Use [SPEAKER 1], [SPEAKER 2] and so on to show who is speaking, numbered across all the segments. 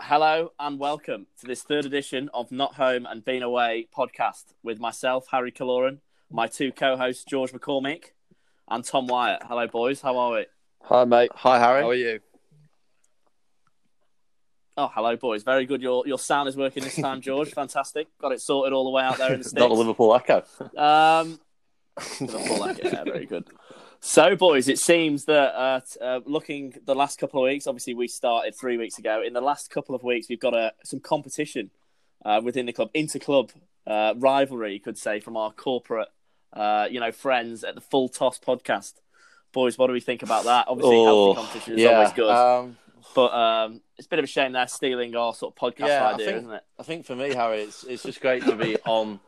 [SPEAKER 1] Hello and welcome to this third edition of Not Home and Been Away podcast with myself, Harry Kaloran, my two co hosts, George McCormick and Tom Wyatt. Hello, boys. How are we?
[SPEAKER 2] Hi, mate.
[SPEAKER 3] Hi, Harry.
[SPEAKER 2] How are you?
[SPEAKER 1] Oh, hello, boys. Very good. Your your sound is working this time, George. Fantastic. Got it sorted all the way out there in the
[SPEAKER 3] Not a
[SPEAKER 1] States.
[SPEAKER 3] Liverpool echo.
[SPEAKER 1] Um, Liverpool, like, yeah, very good. So, boys, it seems that uh, t- uh, looking the last couple of weeks, obviously we started three weeks ago. In the last couple of weeks, we've got a, some competition uh, within the club, inter-club uh, rivalry, you could say, from our corporate, uh, you know, friends at the Full Toss podcast. Boys, what do we think about that? Obviously,
[SPEAKER 3] Oh,
[SPEAKER 1] healthy competition is always good,
[SPEAKER 3] Um,
[SPEAKER 1] but um, it's a bit of a shame they're stealing our sort of podcast
[SPEAKER 3] Yeah, I
[SPEAKER 1] idea,
[SPEAKER 3] think-
[SPEAKER 1] isn't it?
[SPEAKER 3] I think for me, Harry, it's it's just great to be on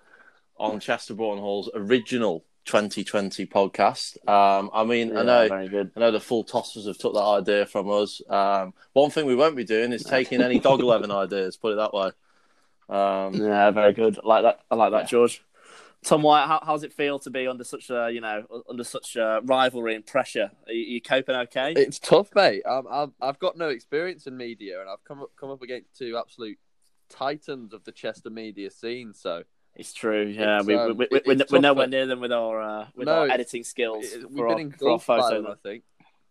[SPEAKER 3] on Chesterbourne Hall's original 2020 podcast. Um, I mean, I know
[SPEAKER 1] very good.
[SPEAKER 3] I know the full tossers have took that idea from us. Um, one thing we won't be doing is taking any dog eleven ideas. Put it that way. Um,
[SPEAKER 1] Yeah, very good. I like that. I like that,
[SPEAKER 3] Yeah.
[SPEAKER 1] George. Tom White, how, how's it feel to be under such a you know under such a rivalry and pressure? Are you, you coping okay?
[SPEAKER 2] It's tough, mate. Um, I've I've got no experience in media, and I've come up come up against two absolute titans of the Chester media scene. So
[SPEAKER 1] it's true. Yeah,
[SPEAKER 2] it's,
[SPEAKER 1] we,
[SPEAKER 2] um,
[SPEAKER 1] we, we,
[SPEAKER 2] it-
[SPEAKER 1] we're,
[SPEAKER 2] it's
[SPEAKER 1] n- we're
[SPEAKER 2] tough,
[SPEAKER 1] nowhere
[SPEAKER 2] but-
[SPEAKER 1] near them with our uh, with
[SPEAKER 2] No,
[SPEAKER 1] our
[SPEAKER 2] it's-
[SPEAKER 1] editing skills.
[SPEAKER 2] it- we've
[SPEAKER 1] for
[SPEAKER 2] been
[SPEAKER 1] our, for our
[SPEAKER 2] engulfed by
[SPEAKER 1] photo
[SPEAKER 2] them, I think.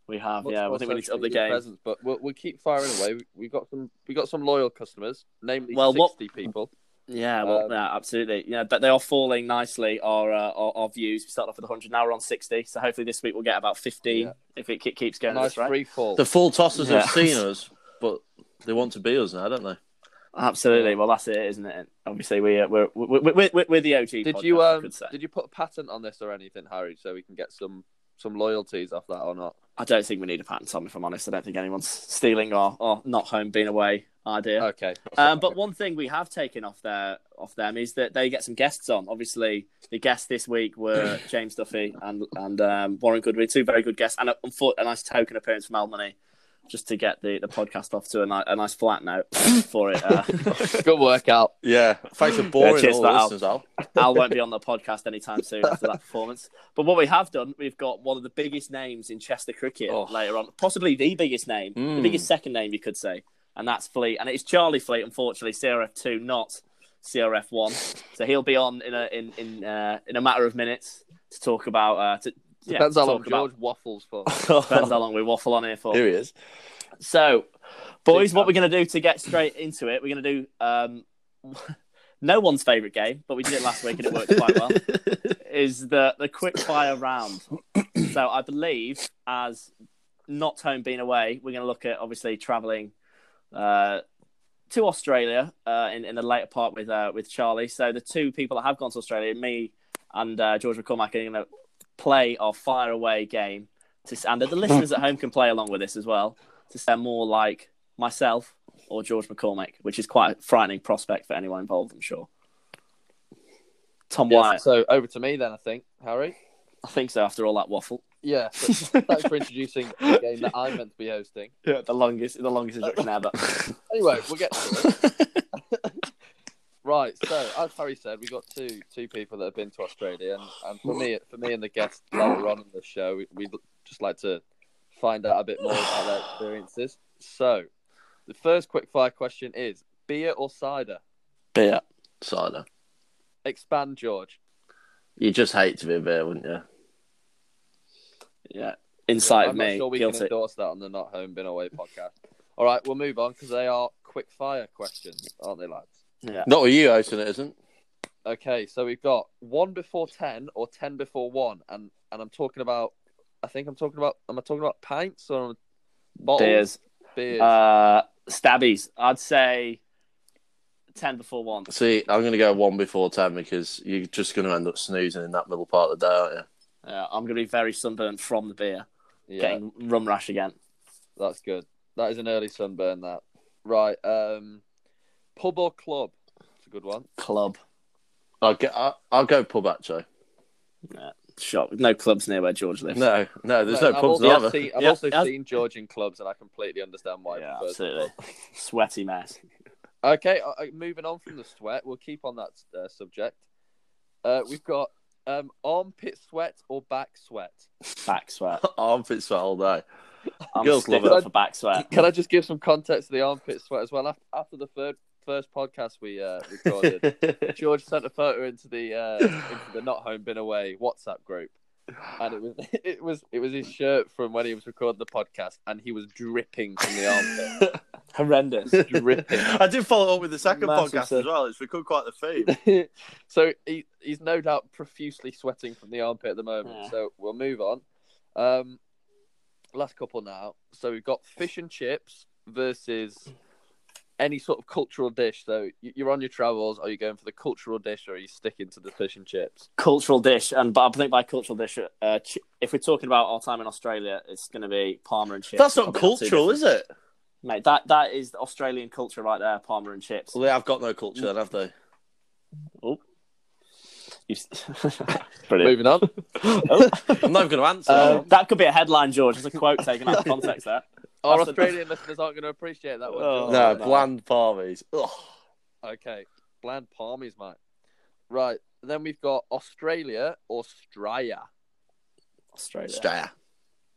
[SPEAKER 1] we have.
[SPEAKER 2] Much
[SPEAKER 1] yeah, I
[SPEAKER 2] more
[SPEAKER 1] think we need to
[SPEAKER 2] social
[SPEAKER 1] up the
[SPEAKER 2] media
[SPEAKER 1] game.
[SPEAKER 2] Presence, but we'll, we'll keep firing away. We- We've got some we got some loyal customers, namely
[SPEAKER 1] Well, what-
[SPEAKER 2] sixty people.
[SPEAKER 1] Yeah, well,
[SPEAKER 2] Um,
[SPEAKER 1] yeah, absolutely. Yeah, but they are falling nicely. Our, uh, our our views. We started off with 100. Now we're on 60. So hopefully this week we'll get about 15
[SPEAKER 2] Yeah.
[SPEAKER 1] if it ke- keeps going.
[SPEAKER 2] nice
[SPEAKER 1] this rate.
[SPEAKER 2] free fall.
[SPEAKER 3] the full tossers
[SPEAKER 1] Yeah.
[SPEAKER 3] have seen us, but they want to be us now, don't they?
[SPEAKER 1] Absolutely. Well, that's it, isn't it? Obviously, we uh, we're, we're, we're, we're we're the OG.
[SPEAKER 2] Did
[SPEAKER 1] podcast,
[SPEAKER 2] you
[SPEAKER 1] I
[SPEAKER 2] um
[SPEAKER 1] could say.
[SPEAKER 2] did you put a patent on this or anything, Harry, so we can get some some loyalties off that or not?
[SPEAKER 1] I don't think we need a patent on, if I'm honest. I don't think anyone's stealing our, our not home, being away idea.
[SPEAKER 2] Oh, Okay.
[SPEAKER 1] Um, but one thing we have taken off their off them is that they get some guests on. Obviously, the guests this week were James Duffy and and um, Warren Goodwin, two very good guests, and a, a nice token appearance from Almany, just to get the, the podcast off to a, ni- a nice flat note for it. Uh,
[SPEAKER 2] Good workout.
[SPEAKER 3] Yeah. Thanks for boring
[SPEAKER 1] cheers
[SPEAKER 3] all
[SPEAKER 1] for
[SPEAKER 3] the
[SPEAKER 1] that, Al.
[SPEAKER 3] listeners, Al.
[SPEAKER 1] Al won't be on the podcast anytime soon after that performance. But what we have done, we've got one of the biggest names in Chester cricket
[SPEAKER 3] Oh.
[SPEAKER 1] later on, possibly the biggest name, the
[SPEAKER 2] Hmm.
[SPEAKER 3] Mm.
[SPEAKER 1] biggest second name you could say, and that's Fleet, and it's Charlie Fleet. Unfortunately, CRF two, not CRF one, so he'll be on in a in in uh, in a matter of minutes to talk about. Uh, to, yeah,
[SPEAKER 2] Depends
[SPEAKER 1] to
[SPEAKER 2] how long
[SPEAKER 1] talk about-
[SPEAKER 2] George waffles for.
[SPEAKER 1] Depends how long we waffle on here for.
[SPEAKER 3] Here he is.
[SPEAKER 1] So, boys,
[SPEAKER 2] Big
[SPEAKER 1] what
[SPEAKER 2] fan.
[SPEAKER 1] we're going to do to get straight into it, we're going to do um, no one's favourite game, but we did it last week and it worked quite well, is the, the quick fire round. So, I believe as not home being away, we're going to look at obviously travelling uh, to Australia uh, in, in the later part with, uh, with Charlie. So, the two people that have gone to Australia, me and uh, George McCormack, are going to play our fire away game. To, and the listeners at home can play along with this as well to sound more like myself or George McCormick, which is quite a frightening prospect for anyone involved, I'm sure. Tom
[SPEAKER 2] Yeah,
[SPEAKER 1] Wyatt,
[SPEAKER 2] so over to me then, I think, Harry.
[SPEAKER 1] I think so. After all that waffle,
[SPEAKER 2] Yeah, so thanks for introducing the game that I'm meant to be hosting.
[SPEAKER 1] yeah, the longest, the longest introduction ever.
[SPEAKER 2] Anyway, we'll get to it. right. So as Harry said, we got two two people that have been to Australia, and, and for me, for me and the guests later on in the show, we, we'd just like to find out a bit more about their experiences. So the first quick fire question is: beer or cider?
[SPEAKER 1] Beer,
[SPEAKER 3] Cider.
[SPEAKER 2] Expand, George.
[SPEAKER 3] You just hate to be a beer, wouldn't you?
[SPEAKER 1] yeah, inside
[SPEAKER 2] I'm
[SPEAKER 1] of
[SPEAKER 2] not
[SPEAKER 1] me,
[SPEAKER 2] sure we
[SPEAKER 1] guilty.
[SPEAKER 2] can endorse that on the Not Home Been Away podcast. All right, we'll move on because they are quick fire questions, aren't they, lads?
[SPEAKER 1] Yeah,
[SPEAKER 3] Not with you, Ocean, it isn't.
[SPEAKER 2] Okay, so we've got one before ten or ten before one, and and I'm talking about. I think I'm talking about. Am I talking about pints or bottles?
[SPEAKER 1] beers,
[SPEAKER 2] Beers.
[SPEAKER 1] uh, stabbies. I'd say ten before one.
[SPEAKER 3] See, I'm going to go one before ten because you're just going to end up snoozing in that middle part of the day, aren't you?
[SPEAKER 1] Uh, I'm gonna be very sunburned from the beer,
[SPEAKER 2] yeah,
[SPEAKER 1] getting rum rash again.
[SPEAKER 2] that's good. That is an early sunburn. That right. Um, pub or club? It's a good one.
[SPEAKER 1] Club,
[SPEAKER 3] I'll, get, I, I'll go pub actually.
[SPEAKER 1] shop. No clubs near where George lives.
[SPEAKER 3] No, no, there's
[SPEAKER 2] No,
[SPEAKER 3] no,
[SPEAKER 2] I've
[SPEAKER 3] pubs
[SPEAKER 2] also
[SPEAKER 3] either.
[SPEAKER 2] seen- I've
[SPEAKER 1] Yeah,
[SPEAKER 2] also
[SPEAKER 1] that's-
[SPEAKER 2] seen George in clubs, and I completely understand why. he
[SPEAKER 1] yeah,
[SPEAKER 2] prefers
[SPEAKER 1] absolutely. Sweaty mess.
[SPEAKER 2] Okay, uh, uh, moving on from the sweat, we'll keep on that uh, subject. Uh, we've got um, armpit sweat or back sweat.
[SPEAKER 1] Back sweat.
[SPEAKER 3] Armpit sweat all day.
[SPEAKER 1] I'm
[SPEAKER 3] Girls love
[SPEAKER 1] sticking
[SPEAKER 2] it.
[SPEAKER 1] up for back sweat.
[SPEAKER 2] Can I just give some context to the armpit sweat as well? After, after the third, first podcast we uh, recorded,
[SPEAKER 1] Oh,
[SPEAKER 2] George sent a photo into the uh, into the not home been away WhatsApp group, and it was it was it was his shirt from when he was recording the podcast, and he was dripping from the armpit.
[SPEAKER 1] Horrendous.
[SPEAKER 2] Dripping.
[SPEAKER 3] I did follow up with the second
[SPEAKER 1] Massive
[SPEAKER 3] podcast
[SPEAKER 1] stuff.
[SPEAKER 3] as well. It's become quite the theme.
[SPEAKER 2] so he, he's no doubt profusely sweating from the armpit at the moment.
[SPEAKER 1] Yeah.
[SPEAKER 2] So we'll move on. Um, last couple now. So we've got fish and chips versus any sort of cultural dish. So you- you're on your travels. Are you going for the cultural dish or are you sticking to the fish and chips?
[SPEAKER 1] cultural dish, and but I think by cultural dish, uh, ch- if we're talking about our time in Australia, it's going to be Palmer and chips.
[SPEAKER 3] That's not
[SPEAKER 1] Probably too
[SPEAKER 3] cultural, is it?
[SPEAKER 1] different. mate? That that is the Australian culture right there. Palmer and chips.
[SPEAKER 3] Well, they have got no culture, then, have they?
[SPEAKER 1] You s- Brilliant.
[SPEAKER 2] Moving on.
[SPEAKER 1] Oh,
[SPEAKER 3] I'm not even going to answer.
[SPEAKER 1] uh, that could be a headline, George. There's a quote taken out of context there.
[SPEAKER 2] Our
[SPEAKER 1] That's a-
[SPEAKER 2] Australian listeners aren't going to appreciate that one.
[SPEAKER 1] Oh,
[SPEAKER 2] George.
[SPEAKER 3] no,
[SPEAKER 1] no.
[SPEAKER 3] bland parvies. Ugh.
[SPEAKER 2] Okay, bland palmies, mate. Right, then we've got Australia or Straya.
[SPEAKER 1] Australia.
[SPEAKER 3] Stare.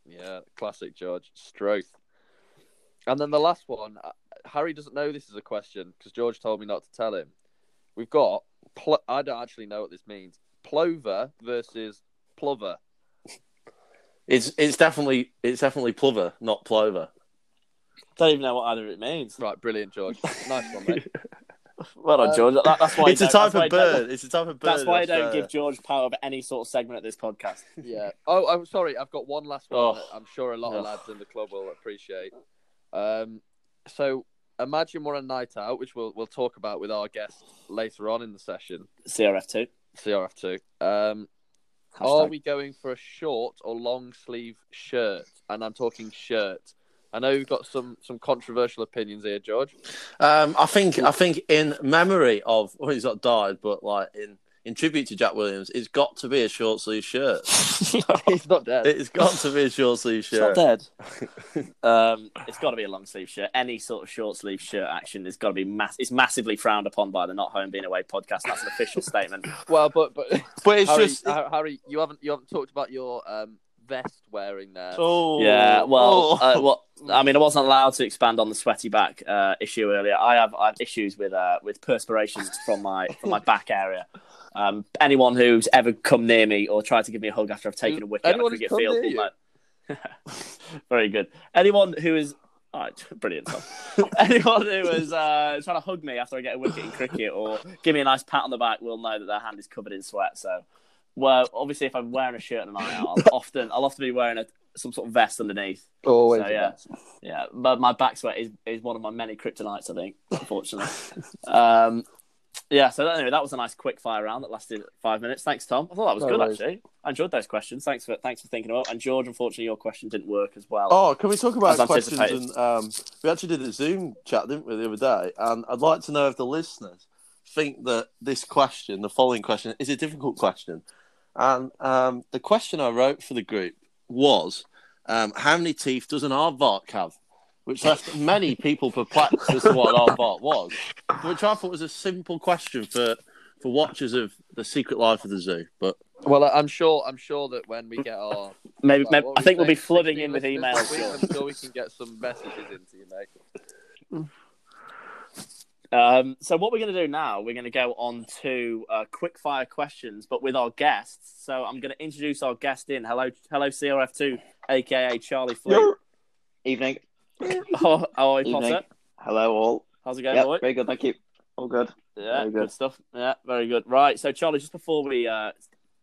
[SPEAKER 2] Yeah, classic George Stroth. And then the last one, uh, Harry doesn't know this is a question because George told me not to tell him. We've got pl- I don't actually know what this means. Plover versus plover.
[SPEAKER 3] It's it's definitely it's definitely plover, not plover.
[SPEAKER 1] Don't even know what either of it means.
[SPEAKER 2] Right, brilliant, George. Nice one, mate.
[SPEAKER 1] Well done,
[SPEAKER 2] Um,
[SPEAKER 1] George. That, that's why you
[SPEAKER 3] it's a
[SPEAKER 1] don't-
[SPEAKER 3] type
[SPEAKER 1] that's why
[SPEAKER 3] of
[SPEAKER 1] you don't-
[SPEAKER 3] bird. It's a type of bird.
[SPEAKER 1] That's
[SPEAKER 3] in
[SPEAKER 1] why I don't
[SPEAKER 3] Australia.
[SPEAKER 1] give George power of any sort of segment at this podcast.
[SPEAKER 2] Yeah. Oh, I'm sorry. I've got one last one.
[SPEAKER 3] Oh.
[SPEAKER 2] That I'm sure a lot
[SPEAKER 3] Oh.
[SPEAKER 2] of lads in the club will appreciate. Um, so imagine we're on a night out, which we'll we'll talk about with our guest later on in the session.
[SPEAKER 1] CRF2.
[SPEAKER 2] CRF2. Um, Are
[SPEAKER 1] Hashtag.
[SPEAKER 2] we going for a short or long sleeve shirt? And I'm talking shirt. I know you've got some some controversial opinions here, George.
[SPEAKER 3] Um, I think I think in memory of well, he's not died, but like in in tribute to Jack Williams, it's got to be a short sleeve shirt.
[SPEAKER 2] He's not dead.
[SPEAKER 3] It's got to be a short sleeve
[SPEAKER 1] It's not
[SPEAKER 3] shirt.
[SPEAKER 1] dead. um, it's got to be a long sleeve shirt. Any sort of short sleeve shirt action has got to be mass. It's massively frowned upon by the Not Home Being Away podcast. That's an official statement.
[SPEAKER 2] well, but but
[SPEAKER 3] But it's
[SPEAKER 2] Harry,
[SPEAKER 3] just
[SPEAKER 2] Har- Harry, you haven't you haven't talked about your um, vest wearing there.
[SPEAKER 3] oh
[SPEAKER 1] Yeah. Well,
[SPEAKER 3] oh.
[SPEAKER 1] uh, well, I mean, I wasn't allowed to expand on the sweaty back uh, issue earlier. I have, I have issues with uh, with perspiration from my from my back area. Um, anyone who's ever come near me or tried to give me a hug after I've taken a wicket at a
[SPEAKER 2] Anyone who's
[SPEAKER 1] cricket
[SPEAKER 2] come
[SPEAKER 1] field,
[SPEAKER 2] near
[SPEAKER 1] will
[SPEAKER 2] you?
[SPEAKER 1] know. very good. Anyone who is all right, brilliant. Tom. Anyone who is uh, trying to hug me after I get a wicket in cricket or give me a nice pat on the back will know that their hand is covered in sweat. So, well, obviously, if I'm wearing a shirt and night out, I'll often I'll often be wearing a, some sort of vest underneath.
[SPEAKER 2] Always.
[SPEAKER 1] So, yeah. Yeah, but my back sweat is, is one of my many kryptonites, I think, unfortunately. um, yeah, so that- anyway, that was a nice quick fire round that lasted five minutes. Thanks, Tom. I thought that was
[SPEAKER 2] No
[SPEAKER 1] good,
[SPEAKER 2] worries.
[SPEAKER 1] actually. I enjoyed those questions. Thanks for thanks for thinking about. And George, unfortunately, your question didn't work as well.
[SPEAKER 3] Oh, can we talk about
[SPEAKER 1] As
[SPEAKER 3] questions?
[SPEAKER 1] anticipated.
[SPEAKER 3] And um, we actually did a Zoom chat, didn't we, the other day? And I'd like to know if the listeners think that this question, the following question, is a difficult question. And um, the question I wrote for the group was, um, "How many teeth does an aardvark have?" Which left many people perplexed as to what an aardvark was, which I thought was a simple question for for watchers of the Secret Life of the Zoo. But
[SPEAKER 2] Well, I- I'm sure I'm sure that when we get our,
[SPEAKER 1] maybe,
[SPEAKER 2] like,
[SPEAKER 1] maybe
[SPEAKER 2] what
[SPEAKER 1] I
[SPEAKER 2] were
[SPEAKER 1] think
[SPEAKER 2] you
[SPEAKER 1] we'll be
[SPEAKER 2] saying,
[SPEAKER 1] flooding
[SPEAKER 2] 60
[SPEAKER 1] in with
[SPEAKER 2] listeners
[SPEAKER 1] emails.
[SPEAKER 2] this week?
[SPEAKER 1] George.
[SPEAKER 2] I'm sure we can get some messages into you, mate.
[SPEAKER 1] Um, so what we're going to do now, we're going to go on to uh, quick fire questions, but with our guests. So I'm going to introduce our guest in. Hello, hello, CRF2, aka Charlie Fleet.
[SPEAKER 4] Evening.
[SPEAKER 1] Oh, oh,
[SPEAKER 4] Evening.
[SPEAKER 1] Potter.
[SPEAKER 4] Hello, all.
[SPEAKER 1] How's it going,
[SPEAKER 4] Yeah,
[SPEAKER 1] boy?
[SPEAKER 4] very good. Thank you. All good.
[SPEAKER 1] Yeah,
[SPEAKER 4] Very
[SPEAKER 1] good.
[SPEAKER 4] good.
[SPEAKER 1] stuff. Yeah, very good. Right, so Charlie, just before we uh,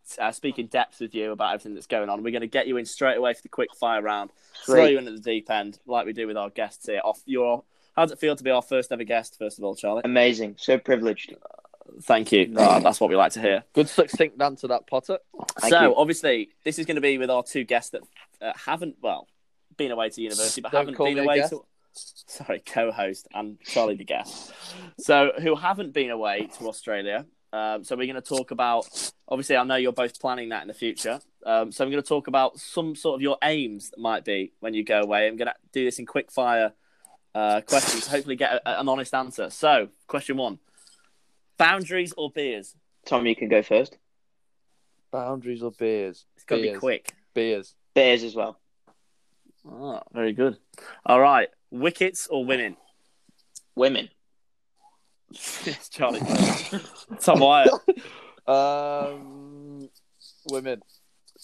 [SPEAKER 1] s- uh, speak in depth with you about everything that's going on, we're going to get you in straight away for the quick fire round. Throw
[SPEAKER 4] Great.
[SPEAKER 1] you in at the deep end, like we do with our guests here. Off your, how does it feel to be our first ever guest? First of all, Charlie,
[SPEAKER 4] Amazing. So privileged.
[SPEAKER 1] thank you. Ah, that's what we like to hear.
[SPEAKER 2] Good succinct answer, that Potter.
[SPEAKER 4] Thank
[SPEAKER 1] so
[SPEAKER 4] you.
[SPEAKER 1] obviously, this is going to be with our two guests that uh, haven't, well, been away to university, but
[SPEAKER 2] Don't
[SPEAKER 1] haven't
[SPEAKER 2] call
[SPEAKER 1] been
[SPEAKER 2] me a
[SPEAKER 1] away
[SPEAKER 2] guest.
[SPEAKER 1] to. Sorry, co-host and Charlie the guest. So, who haven't been away to Australia? Um, so, we're going to talk about. Obviously, I know you're both planning that in the future. Um, so, I'm going to talk about some sort of your aims that might be when you go away. I'm going to do this in quick fire uh, questions. Hopefully, get a, an honest answer. So, question one: boundaries or beers?
[SPEAKER 4] Tom, you can go first.
[SPEAKER 2] Boundaries or beers?
[SPEAKER 1] It's got to be
[SPEAKER 2] Beers.
[SPEAKER 1] quick.
[SPEAKER 2] Beers.
[SPEAKER 4] Bears as well.
[SPEAKER 1] Ah, very good. All right. Wickets or women?
[SPEAKER 4] Women.
[SPEAKER 1] Yes, Charlie. Tom Wyatt.
[SPEAKER 2] Um, women.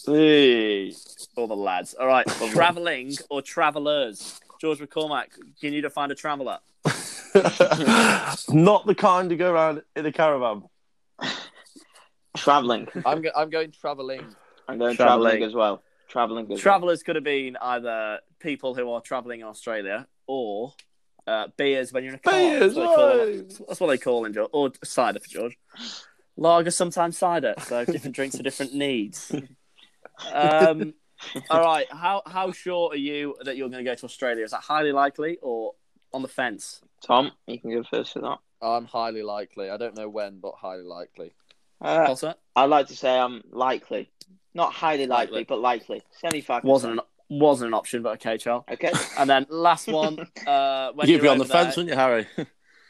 [SPEAKER 1] Hey. All the lads. All right. Traveling or travelers? George McCormack, can you define a traveler?
[SPEAKER 3] Not the kind to go around in a caravan.
[SPEAKER 4] Traveling.
[SPEAKER 2] I'm go- I'm going traveling.
[SPEAKER 4] I'm going
[SPEAKER 1] Traveling.
[SPEAKER 4] traveling, as well. Traveling as
[SPEAKER 1] Travelers could have been either people who are traveling in Australia or uh, beers when you're in a car.
[SPEAKER 3] Beers,
[SPEAKER 1] that's, what they call them.
[SPEAKER 3] right.
[SPEAKER 1] That's what they call in George. Or cider for George. Lager, sometimes cider. So different drinks for different needs. Um, all right. How how sure are you that you're going to go to Australia? Is that highly likely or on the fence?
[SPEAKER 4] well. Tom, you can go first for that.
[SPEAKER 2] I'm highly likely. I don't know when, but highly likely.
[SPEAKER 4] Uh,
[SPEAKER 1] Also,
[SPEAKER 4] I'd like to say I'm likely. Not highly likely,
[SPEAKER 1] Likely.
[SPEAKER 4] but likely. 75
[SPEAKER 1] wasn't an wasn't an option, but okay, Charles.
[SPEAKER 4] Okay.
[SPEAKER 1] And then last one. Uh, when
[SPEAKER 3] You'd be
[SPEAKER 1] you're
[SPEAKER 3] on the
[SPEAKER 1] over there-
[SPEAKER 3] fence, wouldn't you, Harry?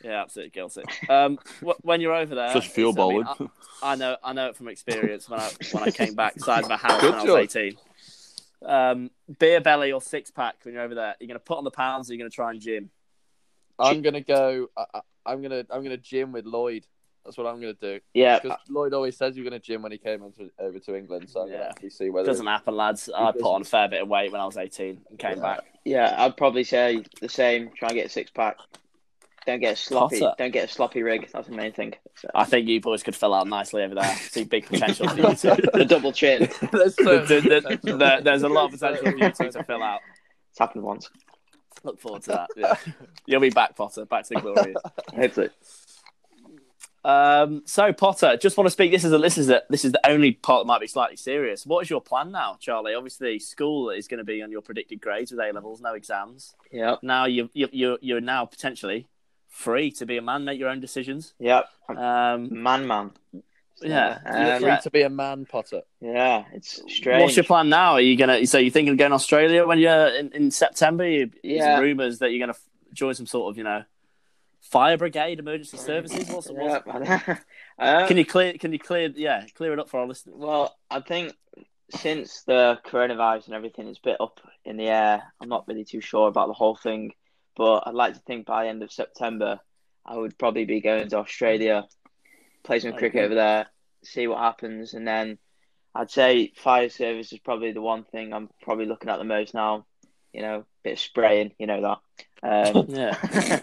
[SPEAKER 1] Yeah, absolutely guilty. Um, wh- when you're over there,
[SPEAKER 3] Just fuel
[SPEAKER 1] uh, it's- I mean,
[SPEAKER 3] bowling.
[SPEAKER 1] I- I know, I know it from experience. When I when I came back side of a house
[SPEAKER 2] Good
[SPEAKER 1] when I
[SPEAKER 2] job.
[SPEAKER 1] was eighteen. Um, beer belly or six pack when you're over there. You're gonna put on the pounds. Or you're gonna try and gym.
[SPEAKER 2] I'm gonna go. I, I- I'm gonna I'm gonna gym with Lloyd. That's what I'm gonna do.
[SPEAKER 1] Uh,
[SPEAKER 4] Yeah.
[SPEAKER 2] Because Lloyd always says you're gonna gym when he came into, over to England. So I'm gonna
[SPEAKER 1] Yeah.
[SPEAKER 2] actually see whether.
[SPEAKER 1] Doesn't happen, lads. I put on a fair bit of weight when I was eighteen and came back.
[SPEAKER 4] Yeah, I'd probably say the same. Try and get a six pack. Don't get a sloppy.
[SPEAKER 1] Cotter.
[SPEAKER 4] Don't get a sloppy rig. That's the main thing. So,
[SPEAKER 1] I think you boys could fill out nicely over there. See big potential for you two.
[SPEAKER 4] the double chin. It's
[SPEAKER 2] There's, so
[SPEAKER 1] There-
[SPEAKER 2] much
[SPEAKER 1] there-
[SPEAKER 2] potential.
[SPEAKER 1] there- there's a lot of potential for you two to fill out.
[SPEAKER 4] happened once.
[SPEAKER 1] Look forward to that. Yeah. You'll be back, Potter. Back to the glory.
[SPEAKER 4] Hopefully.
[SPEAKER 1] Um, so Potter, just want to speak. This is a, this is a, this is the only part that might be slightly serious. What is your plan now, Charlie? Obviously, school is going to be on your predicted grades with A levels, no exams.
[SPEAKER 4] Yep.
[SPEAKER 1] Now you you you're, you're now potentially free to be a man, make your own decisions.
[SPEAKER 4] Yep.
[SPEAKER 1] Um,
[SPEAKER 4] Man, man.
[SPEAKER 1] Uh, Yeah.
[SPEAKER 4] Um,
[SPEAKER 2] Free to be a man, Potter.
[SPEAKER 4] Yeah, it's strange.
[SPEAKER 1] what's your plan now? Are you gonna? So you thinking of going to Australia when you're in, in September? You,
[SPEAKER 4] Yeah.
[SPEAKER 1] There's rumors that you're gonna f- join some sort of you know fire brigade, emergency services. What's, what's
[SPEAKER 4] Yeah. Uh,
[SPEAKER 1] Can you clear? Can you clear? Yeah, clear it up for our listeners.
[SPEAKER 4] Well, I think since the coronavirus and everything is a bit up in the air, I'm not really too sure about the whole thing. But I'd like to think by the end of September, I would probably be going to Australia, play some
[SPEAKER 1] Okay.
[SPEAKER 4] cricket over there, see what happens, and then I'd say fire service is probably the one thing I'm probably looking at the most now. You know, bit of spraying, you know that.
[SPEAKER 1] Yeah,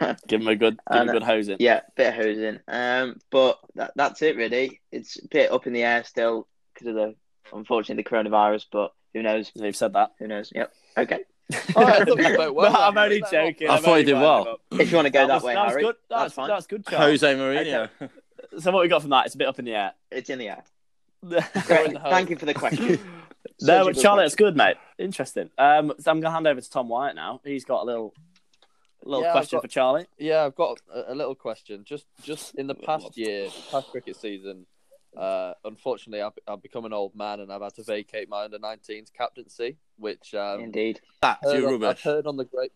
[SPEAKER 4] Um,
[SPEAKER 1] give them a good, give 'em a good hosing.
[SPEAKER 4] Yeah, bit of hosing. Um, but that, that's it really. It's a bit up in the air still because of the unfortunately the coronavirus. But who knows?
[SPEAKER 1] They've said that.
[SPEAKER 4] Who knows? Yep. Okay.
[SPEAKER 2] Oh, I thought you spoke well.
[SPEAKER 1] No, I'm only
[SPEAKER 2] Is that
[SPEAKER 1] joking.
[SPEAKER 3] I
[SPEAKER 1] I'm
[SPEAKER 3] thought
[SPEAKER 1] only
[SPEAKER 3] you did
[SPEAKER 1] winding
[SPEAKER 3] well.
[SPEAKER 1] up.
[SPEAKER 4] If you want to go that,
[SPEAKER 1] was,
[SPEAKER 4] way,
[SPEAKER 1] that was
[SPEAKER 4] Harry,
[SPEAKER 1] good. That's,
[SPEAKER 4] that's fine.
[SPEAKER 1] that's good, Charles.
[SPEAKER 3] Jose Mourinho.
[SPEAKER 1] So what we got from that? It's a bit up in the air.
[SPEAKER 4] It's in the air.
[SPEAKER 2] Right.
[SPEAKER 1] no,
[SPEAKER 4] Great. Thank you for the question. Such a
[SPEAKER 1] but
[SPEAKER 4] good
[SPEAKER 1] Charlie, it's good, mate. Interesting. Um, so I'm gonna hand over to Tom White now. He's got a little, little
[SPEAKER 2] Yeah, I've
[SPEAKER 1] question
[SPEAKER 2] got-
[SPEAKER 1] for Charlie.
[SPEAKER 2] Yeah, I've got a, a little question. Just just in the past year, past cricket season, uh, unfortunately, I've, I've become an old man and I've had to vacate my under 19s captaincy, which
[SPEAKER 4] question.
[SPEAKER 2] um,
[SPEAKER 4] Indeed.
[SPEAKER 3] Sacked,
[SPEAKER 2] heard
[SPEAKER 3] you're
[SPEAKER 2] on, Uh, I've
[SPEAKER 3] rubbish.
[SPEAKER 2] heard on the great.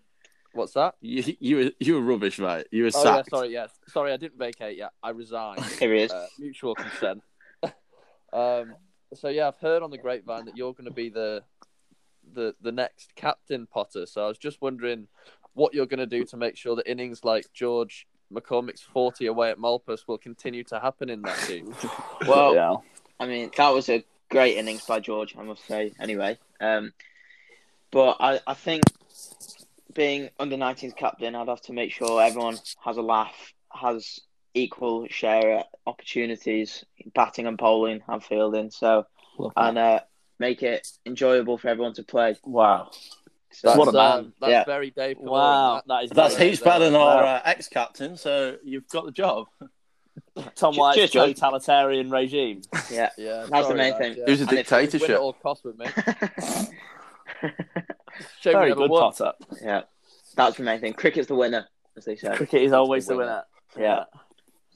[SPEAKER 2] What's that?
[SPEAKER 3] You, you, were, you were rubbish, mate. You were
[SPEAKER 2] Oh, yeah,
[SPEAKER 3] sacked.
[SPEAKER 2] sorry, yes. Sorry, I didn't vacate yet. I resigned.
[SPEAKER 4] Here he is.
[SPEAKER 2] uh, mutual consent. um, so yeah, I've heard on the grapevine that you're going to be the the the next captain Potter. So I was just wondering what you're going to do to make sure that innings like George McCormick's 40 away at Malpas will continue to happen in that team.
[SPEAKER 4] Well,
[SPEAKER 1] yeah.
[SPEAKER 4] I mean, that was a great innings by George, I must say. Anyway, um, but I, I think being under 19s captain, I'd have to make sure everyone has a laugh, has equal share of opportunities, batting and bowling and fielding. So and uh, make it enjoyable for everyone to play.
[SPEAKER 3] Wow.
[SPEAKER 4] So
[SPEAKER 1] What a man.
[SPEAKER 2] um, that's
[SPEAKER 4] Yeah.
[SPEAKER 2] very Dave. Cohen,
[SPEAKER 1] Wow,
[SPEAKER 2] that.
[SPEAKER 1] that is
[SPEAKER 3] That's
[SPEAKER 1] brilliant.
[SPEAKER 3] heaps better than our uh, ex captain, so you've got the job.
[SPEAKER 1] Tom
[SPEAKER 4] Cheers,
[SPEAKER 1] White's
[SPEAKER 4] Charlie.
[SPEAKER 1] totalitarian regime.
[SPEAKER 4] yeah,
[SPEAKER 2] Yeah,
[SPEAKER 4] That's the
[SPEAKER 2] sorry,
[SPEAKER 4] main
[SPEAKER 2] lads,
[SPEAKER 4] thing.
[SPEAKER 2] yeah.
[SPEAKER 3] It was a
[SPEAKER 4] And if we
[SPEAKER 2] Win at
[SPEAKER 3] dictatorship.
[SPEAKER 2] all costs with me. Shame we
[SPEAKER 1] Very
[SPEAKER 2] never
[SPEAKER 1] good,
[SPEAKER 2] won.
[SPEAKER 1] Potter.
[SPEAKER 4] yeah, that's the main thing. Cricket's the winner, as they say.
[SPEAKER 1] Cricket is always the
[SPEAKER 2] the
[SPEAKER 1] winner.
[SPEAKER 2] winner.
[SPEAKER 1] Yeah, um,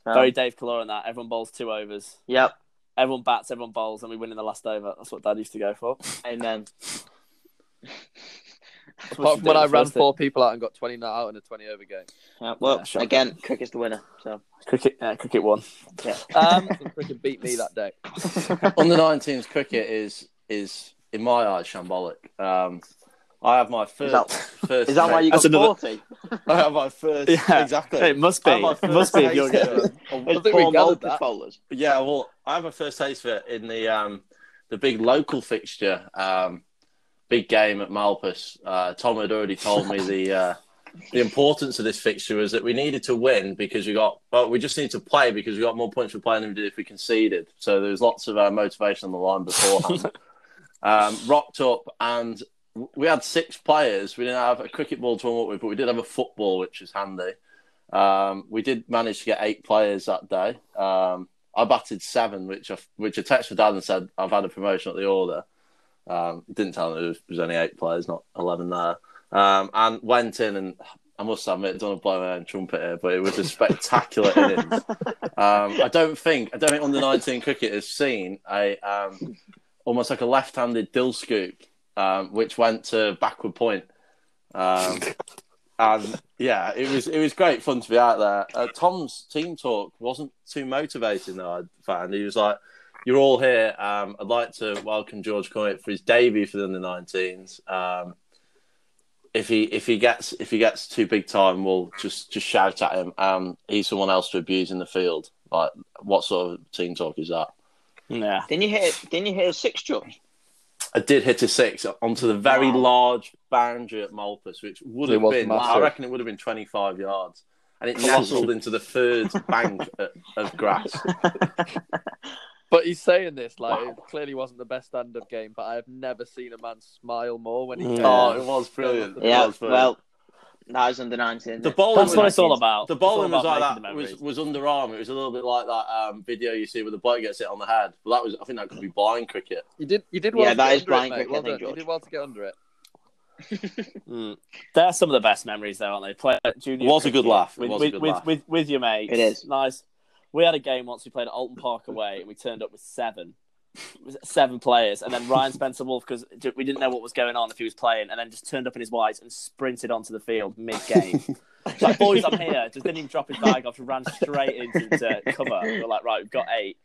[SPEAKER 4] So,
[SPEAKER 1] very Dave Kalora in that. Everyone bowls two overs.
[SPEAKER 4] Yep,
[SPEAKER 1] Everyone bats, everyone bowls, and we win in the last over. That's what Dad used to go for.
[SPEAKER 4] amen.
[SPEAKER 2] Apart from when I ran
[SPEAKER 1] First thing.
[SPEAKER 2] four people out and got 20 not out in a 20 over game.
[SPEAKER 4] Yeah, well,
[SPEAKER 1] Yeah, sure.
[SPEAKER 4] again, cricket's the winner. So
[SPEAKER 1] Cricket, uh, cricket won.
[SPEAKER 4] yeah.
[SPEAKER 1] Um,
[SPEAKER 2] Freaking beat me that day.
[SPEAKER 3] Under 19s cricket is, is in my eyes, shambolic. Um, I have my first.
[SPEAKER 4] that-
[SPEAKER 3] first
[SPEAKER 4] Is that why you
[SPEAKER 1] That's
[SPEAKER 4] got
[SPEAKER 1] another-
[SPEAKER 4] forty?
[SPEAKER 3] I have my first.
[SPEAKER 1] Yeah.
[SPEAKER 3] Exactly.
[SPEAKER 1] It must
[SPEAKER 3] I
[SPEAKER 1] be.
[SPEAKER 3] have my
[SPEAKER 1] It
[SPEAKER 3] first
[SPEAKER 1] must be if you're
[SPEAKER 3] taste
[SPEAKER 1] good.
[SPEAKER 3] of it.
[SPEAKER 4] There's
[SPEAKER 2] think we
[SPEAKER 4] four
[SPEAKER 2] gathered
[SPEAKER 4] multiple
[SPEAKER 2] that.
[SPEAKER 4] folders.
[SPEAKER 3] Yeah, well, I have a first taste for it in the um the big local fixture, um big game at Malpas. Uh, Tom had already told me the uh, the importance of this fixture was that we needed to win because we got well, we just need to play because we got more points for playing than we did if we conceded. So there was lots of uh, motivation on the line beforehand. um, rocked up and w- we had six players. We didn't have a cricket ball to warm up with, but we did have a football, which is handy. Um, we did manage to get eight players that day. Um, I batted seven, which I which I texted Dad and said I've had a promotion at the order. Um, didn't tell him it was, it was only eight players, not eleven there. Um, and went in and I must admit, don't wanna blow my own trumpet here, but it was a spectacular innings. Um, I don't think I don't think under nineteen cricket has seen a um, almost like a left-handed dill scoop, um, which went to backward point. Um, and yeah, it was it was great fun to be out there. Uh, Tom's team talk wasn't too motivating though. I found he was like, "You're all here. Um, I'd like to welcome George Cornett for his debut for the under 19s. Um, if he if he gets if he gets too big time, we'll just just shout at him. Um, he's someone else to abuse in the field. Like, what sort of team talk is that?
[SPEAKER 1] Yeah.
[SPEAKER 4] Didn't you hear? Didn't you hear a six judge?
[SPEAKER 3] I did hit a six onto the very
[SPEAKER 4] Wow.
[SPEAKER 3] large boundary at Malpas, which would
[SPEAKER 2] It
[SPEAKER 3] have
[SPEAKER 2] was
[SPEAKER 3] been, I
[SPEAKER 2] massive.
[SPEAKER 3] reckon it would have been 25 yards. And it nestled into the third bank of- of grass.
[SPEAKER 2] But he's saying this like it clearly wasn't the best stand-up game, but I have never seen a man smile more when he.
[SPEAKER 1] Mm.
[SPEAKER 2] came
[SPEAKER 3] Oh,
[SPEAKER 2] on.
[SPEAKER 3] it was brilliant. It
[SPEAKER 4] Yeah.
[SPEAKER 3] was brilliant.
[SPEAKER 4] Well, uh, that was under nineteen.
[SPEAKER 3] the bowling
[SPEAKER 1] That's
[SPEAKER 3] was,
[SPEAKER 1] what it's all about.
[SPEAKER 3] the
[SPEAKER 1] It's all
[SPEAKER 3] bowling was
[SPEAKER 1] about
[SPEAKER 3] like
[SPEAKER 1] making
[SPEAKER 3] that.
[SPEAKER 1] the
[SPEAKER 3] Was,
[SPEAKER 1] memories.
[SPEAKER 3] was underarm. It was a little bit like that um, video you see where the bloke gets hit on the head. Well, that was I think that could be blind cricket.
[SPEAKER 2] You did. You did
[SPEAKER 4] Yeah,
[SPEAKER 2] well. to
[SPEAKER 4] that
[SPEAKER 2] get under
[SPEAKER 4] is
[SPEAKER 2] it,
[SPEAKER 4] blind
[SPEAKER 2] mate.
[SPEAKER 4] cricket,
[SPEAKER 2] Well
[SPEAKER 4] I
[SPEAKER 2] done.
[SPEAKER 4] think,
[SPEAKER 2] You
[SPEAKER 4] George.
[SPEAKER 2] did well to get under it.
[SPEAKER 1] Mm. They're some of the best memories, though, aren't they? Play at junior.
[SPEAKER 3] Was a
[SPEAKER 1] cricket
[SPEAKER 3] good laugh. It
[SPEAKER 1] With,
[SPEAKER 3] was a
[SPEAKER 1] with,
[SPEAKER 3] good
[SPEAKER 1] with,
[SPEAKER 3] laugh.
[SPEAKER 1] with, with your mates.
[SPEAKER 4] It is.
[SPEAKER 1] Nice. We had a game once we played at Alton Park away and we turned up with seven. It was Seven players, and then Ryan Spencer Wolf because we didn't know what was going on if he was playing, and then just turned up in his whites and sprinted onto the field mid game. like, boys, I'm here. Just didn't even drop his bag off, just ran straight into to cover. We were like, right, we've got eight.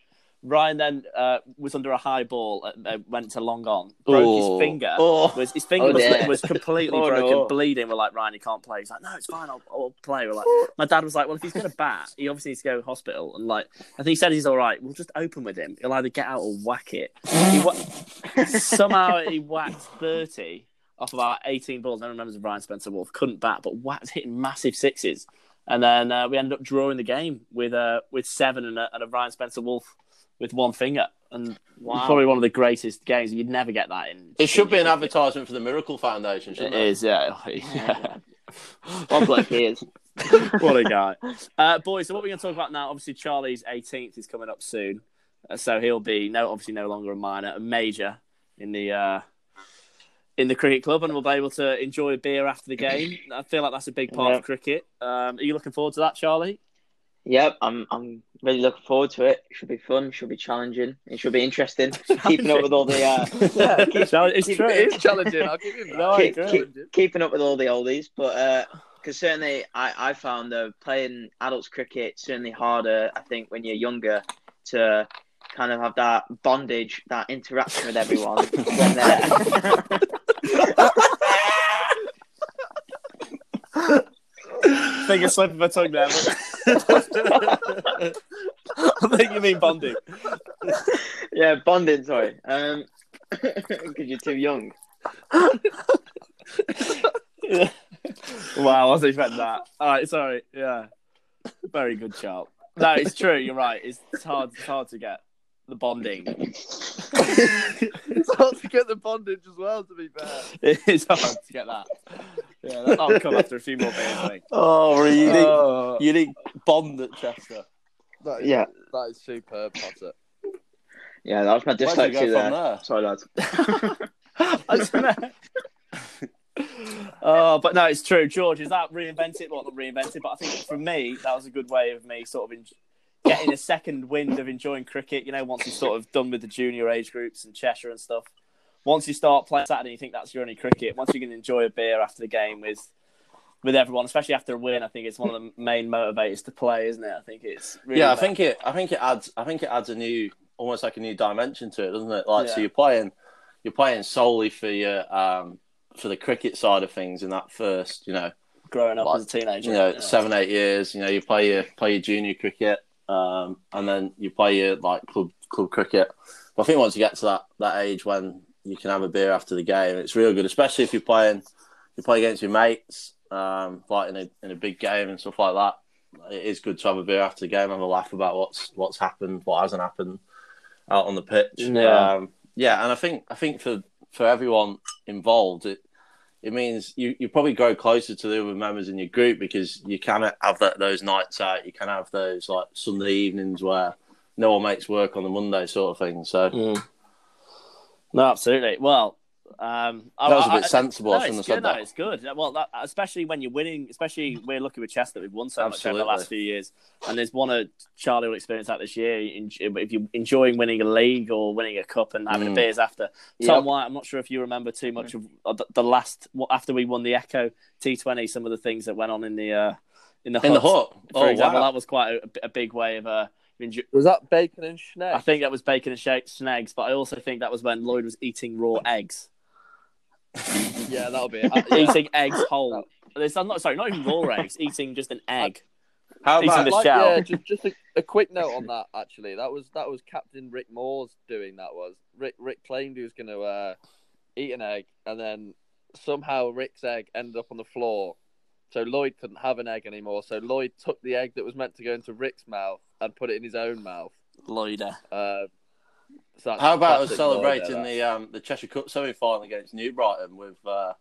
[SPEAKER 1] Ryan then uh, was under a high ball, and, uh, went to long on, broke
[SPEAKER 3] Oh.
[SPEAKER 1] his finger
[SPEAKER 3] Oh.
[SPEAKER 1] was his finger
[SPEAKER 4] Oh,
[SPEAKER 1] was,
[SPEAKER 4] dear.
[SPEAKER 1] was completely
[SPEAKER 4] Oh,
[SPEAKER 1] broken,
[SPEAKER 4] no.
[SPEAKER 1] bleeding. We're like, Ryan, you can't play. He's like, no, it's fine, I'll, I'll play. We're like, my dad was like, well, if he's gonna bat, he obviously needs to go to hospital. And like, I think he said he's all right. We'll just open with him. He'll either get out or whack it. He wha- somehow he whacked thirty off about eighteen balls. No one remembers Ryan Spencer Wolf couldn't bat, but whacked hitting massive sixes. And then uh, we ended up drawing the game with uh, with seven and a, and a Ryan Spencer Wolf with one finger. And
[SPEAKER 4] Wow.
[SPEAKER 1] probably one of the greatest games. You'd never get that in.
[SPEAKER 3] It should be an advertisement for the Miracle Foundation,
[SPEAKER 1] It
[SPEAKER 3] shouldn't it?
[SPEAKER 1] is, yeah.
[SPEAKER 4] One bloke he is.
[SPEAKER 1] what a guy. Uh, boys, so what we're going to talk about now, obviously, Charlie's 18th is coming up soon. Uh, so he'll be no, obviously no longer a minor, a major in the uh, in the cricket club, and we'll be able to enjoy a beer after the game. I feel like that's a big part
[SPEAKER 4] Yeah.
[SPEAKER 1] of cricket. Um, are you looking forward to that, Charlie?
[SPEAKER 4] Yep, I'm I'm really looking forward to it. It should be fun, it should be challenging, it should be interesting. Keeping up with all the uh,
[SPEAKER 1] Charlie, it's
[SPEAKER 4] keep-
[SPEAKER 1] true.
[SPEAKER 2] It is challenging. I'll give him that.
[SPEAKER 1] No, I
[SPEAKER 4] keep,
[SPEAKER 1] agree.
[SPEAKER 4] keep- keeping up with all the oldies, but because certainly I, I found uh, playing adults cricket certainly harder. I think when you're younger to kind of have that bondage, that interaction with everyone. when they're-
[SPEAKER 1] Finger slipping my tongue there. I think you mean bonding.
[SPEAKER 4] yeah, bonding. Sorry, um, because you're too young.
[SPEAKER 1] wow, I wasn't expecting that. All right, sorry. Yeah, very good, Charles. No, it's true. You're right. It's, it's hard. It's hard to get the bonding.
[SPEAKER 2] it's hard to get the bondage as well. To be fair.
[SPEAKER 1] It's hard to get that. Yeah, that, that'll come after a few more beers. I think.
[SPEAKER 3] Oh, or a unique,
[SPEAKER 2] Oh,
[SPEAKER 3] unique bond at Chester.
[SPEAKER 2] that is,
[SPEAKER 4] Yeah,
[SPEAKER 2] that is superb, Potter.
[SPEAKER 4] yeah, that was my
[SPEAKER 3] Where do you go
[SPEAKER 4] dyslexia there.
[SPEAKER 3] from there?
[SPEAKER 4] Sorry, lads.
[SPEAKER 1] I don't know. oh, but no, it's true. George, is that reinvented? Well, not reinvented, but I think for me, that was a good way of me sort of en- getting a second wind of enjoying cricket. You know, once you're sort of done with the junior age groups and Cheshire and stuff. Once you start playing Saturday, you think that's your only cricket. Once you can enjoy a beer after the game with with everyone, especially after a win, I think it's one of the main motivators to play, isn't it? I think it's really
[SPEAKER 3] yeah, I
[SPEAKER 1] about-
[SPEAKER 3] think it. I think it adds. I think it adds a new, almost like a new dimension to it, doesn't it? Like, so
[SPEAKER 1] Yeah.
[SPEAKER 3] you're playing, you're playing solely for your um, for the cricket side of things in that first, you know,
[SPEAKER 1] growing up
[SPEAKER 3] Like,
[SPEAKER 1] as a teenager.
[SPEAKER 3] you know,
[SPEAKER 1] Yeah.
[SPEAKER 3] seven, eight years. You know, you play your play your junior cricket, um, and then you play your like club club cricket. But I think once you get to that that age when you can have a beer after the game, it's real good, especially if you're playing you play against your mates, um, like in a in a big game and stuff like that. It is good to have a beer after the game, have a laugh about what's what's happened, what hasn't happened out on the pitch.
[SPEAKER 1] Yeah.
[SPEAKER 3] um, yeah, and I think I think for for everyone involved, it it means you, you probably grow closer to the other members in your group because you can have that, those nights out. You can have those like Sunday evenings where no one makes work on the Monday sort of thing. So
[SPEAKER 1] Mm. No, absolutely. Well, um, I-
[SPEAKER 3] that was a
[SPEAKER 1] I-
[SPEAKER 3] bit sensible.
[SPEAKER 1] No,
[SPEAKER 3] I shouldn't
[SPEAKER 1] it's
[SPEAKER 3] have
[SPEAKER 1] good.
[SPEAKER 3] said
[SPEAKER 1] No,
[SPEAKER 3] that.
[SPEAKER 1] it's good. Well, that, especially when you're winning. Especially we're lucky with chess that we've won so much over
[SPEAKER 3] Absolutely.
[SPEAKER 1] the last few years. And there's one uh, Charlie will experience that this year. you en- If you're enjoying winning a league or winning a cup and having
[SPEAKER 3] Mm.
[SPEAKER 1] a beers after. Tom
[SPEAKER 4] Yep.
[SPEAKER 1] White, I'm not sure if you remember too much of uh, the, the last what- after we won the Echo T20. Some of the things that went on in the uh, in the
[SPEAKER 3] In the
[SPEAKER 1] hut,
[SPEAKER 3] hut,
[SPEAKER 1] for
[SPEAKER 3] Oh,
[SPEAKER 1] example,
[SPEAKER 3] wow.
[SPEAKER 1] that was quite a, a big way of uh, enjo-
[SPEAKER 2] Was that bacon and
[SPEAKER 1] I
[SPEAKER 2] schneck?
[SPEAKER 1] think that was bacon and shake snags, but I also think that was when Lloyd was eating raw eggs,
[SPEAKER 2] yeah, that'll be it. I- yeah.
[SPEAKER 1] eating eggs whole. It's, I'm not sorry, not even raw eggs, eating just an egg.
[SPEAKER 3] How
[SPEAKER 1] He's in
[SPEAKER 3] about
[SPEAKER 1] the
[SPEAKER 2] Like,
[SPEAKER 1] shell.
[SPEAKER 2] yeah, just, just a, a quick note on that. Actually, that was that was Captain Rick Moore's doing. That was Rick. Rick claimed he was going to uh, eat an egg, and then somehow Rick's egg ended up on the floor. So Lloyd couldn't have an egg anymore. So Lloyd took the egg that was meant to go into Rick's mouth and put it in his own mouth.
[SPEAKER 1] Lloyder.
[SPEAKER 2] Uh, so that's
[SPEAKER 3] how about us
[SPEAKER 2] classic Lloyd there,
[SPEAKER 3] celebrating
[SPEAKER 2] that.
[SPEAKER 3] the um, the Cheshire Cup semi final against New Brighton with uh,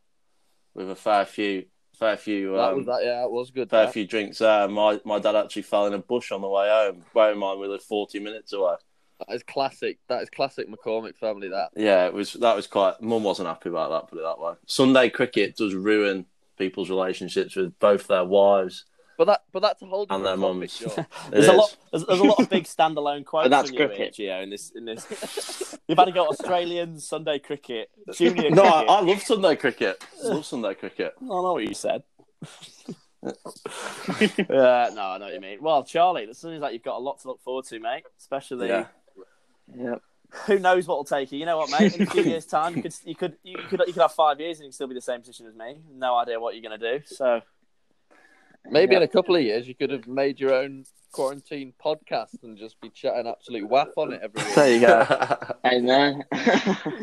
[SPEAKER 3] with a fair few fair few
[SPEAKER 2] That was
[SPEAKER 3] um,
[SPEAKER 2] that. Yeah, it was good.
[SPEAKER 3] fair
[SPEAKER 2] that.
[SPEAKER 3] few drinks there. My my dad actually fell in a bush on the way home. Bear in mind we live forty minutes away.
[SPEAKER 2] that is classic. That is classic McCormick family. That
[SPEAKER 3] Yeah, it was that was quite. Mum wasn't happy about that. Put it that way. Sunday cricket does ruin people's relationships with both their wives
[SPEAKER 2] but that but that's a whole
[SPEAKER 3] and
[SPEAKER 2] different
[SPEAKER 3] their
[SPEAKER 2] topic,
[SPEAKER 3] mums.
[SPEAKER 2] George.
[SPEAKER 3] It
[SPEAKER 1] There's
[SPEAKER 3] is.
[SPEAKER 1] a lot. There's, there's a lot of big standalone quotes.
[SPEAKER 4] But that's
[SPEAKER 1] from you,
[SPEAKER 4] cricket.
[SPEAKER 1] Gio, in this, in this, you've had to go Australian Sunday cricket, junior.
[SPEAKER 3] No, I,
[SPEAKER 1] cricket.
[SPEAKER 3] I love Sunday cricket. I love Sunday cricket.
[SPEAKER 1] I know what you said. uh, no, I know what you mean. Well, Charlie, it seems like you've got a lot to look forward to, mate. Especially,
[SPEAKER 3] Yeah.
[SPEAKER 4] Yep.
[SPEAKER 1] who knows what will take you? You know what, mate? In a few years' time, you could you could you could you could have five years and you could still be the same position as me. No idea what you're gonna do. So
[SPEAKER 2] Maybe
[SPEAKER 4] Yeah.
[SPEAKER 2] in a couple of years, you could have made your own quarantine podcast and just be chatting absolute whack on it every week.
[SPEAKER 1] you
[SPEAKER 4] Hey, man.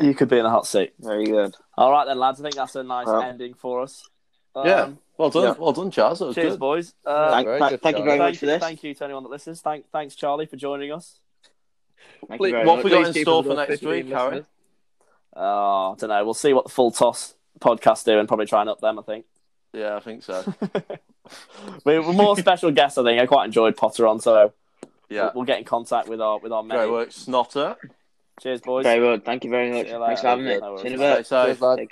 [SPEAKER 1] you could be in a hot seat.
[SPEAKER 4] Very good.
[SPEAKER 1] All right then, lads. I think that's a nice
[SPEAKER 4] Well.
[SPEAKER 1] ending for us. Um,
[SPEAKER 3] Yeah. well done,
[SPEAKER 4] Yeah.
[SPEAKER 3] well done, Charles. That was
[SPEAKER 1] cheers,
[SPEAKER 3] good.
[SPEAKER 1] boys. Uh,
[SPEAKER 4] thank
[SPEAKER 2] very
[SPEAKER 4] thank-
[SPEAKER 2] good,
[SPEAKER 4] thank you
[SPEAKER 2] Charlie.
[SPEAKER 4] very
[SPEAKER 1] thank,
[SPEAKER 4] much for this.
[SPEAKER 1] thank you to anyone that listens. Thank, thanks, Charlie, for joining us.
[SPEAKER 4] Thank
[SPEAKER 2] Please-
[SPEAKER 4] you very
[SPEAKER 3] What
[SPEAKER 4] much.
[SPEAKER 3] we got
[SPEAKER 2] Please
[SPEAKER 3] in
[SPEAKER 2] keep
[SPEAKER 3] store
[SPEAKER 2] us
[SPEAKER 3] for
[SPEAKER 2] on
[SPEAKER 3] next
[SPEAKER 2] 15
[SPEAKER 3] week, Harry?
[SPEAKER 2] listeners.
[SPEAKER 1] Oh, I don't know. We'll see what the full toss podcast do and probably try and up them. I think
[SPEAKER 3] Yeah, I think so.
[SPEAKER 1] we were more special guests. I think I quite enjoyed Potter on, so
[SPEAKER 3] Yeah,
[SPEAKER 1] we'll, we'll get in contact with our with our
[SPEAKER 3] great
[SPEAKER 1] mate.
[SPEAKER 3] work, Snotter.
[SPEAKER 1] Cheers, boys.
[SPEAKER 4] Very good. Thank you very
[SPEAKER 1] See
[SPEAKER 4] much.
[SPEAKER 1] you later.
[SPEAKER 4] Thanks for having me.
[SPEAKER 1] No worries.
[SPEAKER 4] See you in a bit.
[SPEAKER 3] Stay safe.
[SPEAKER 2] Cheers, lads.
[SPEAKER 4] Take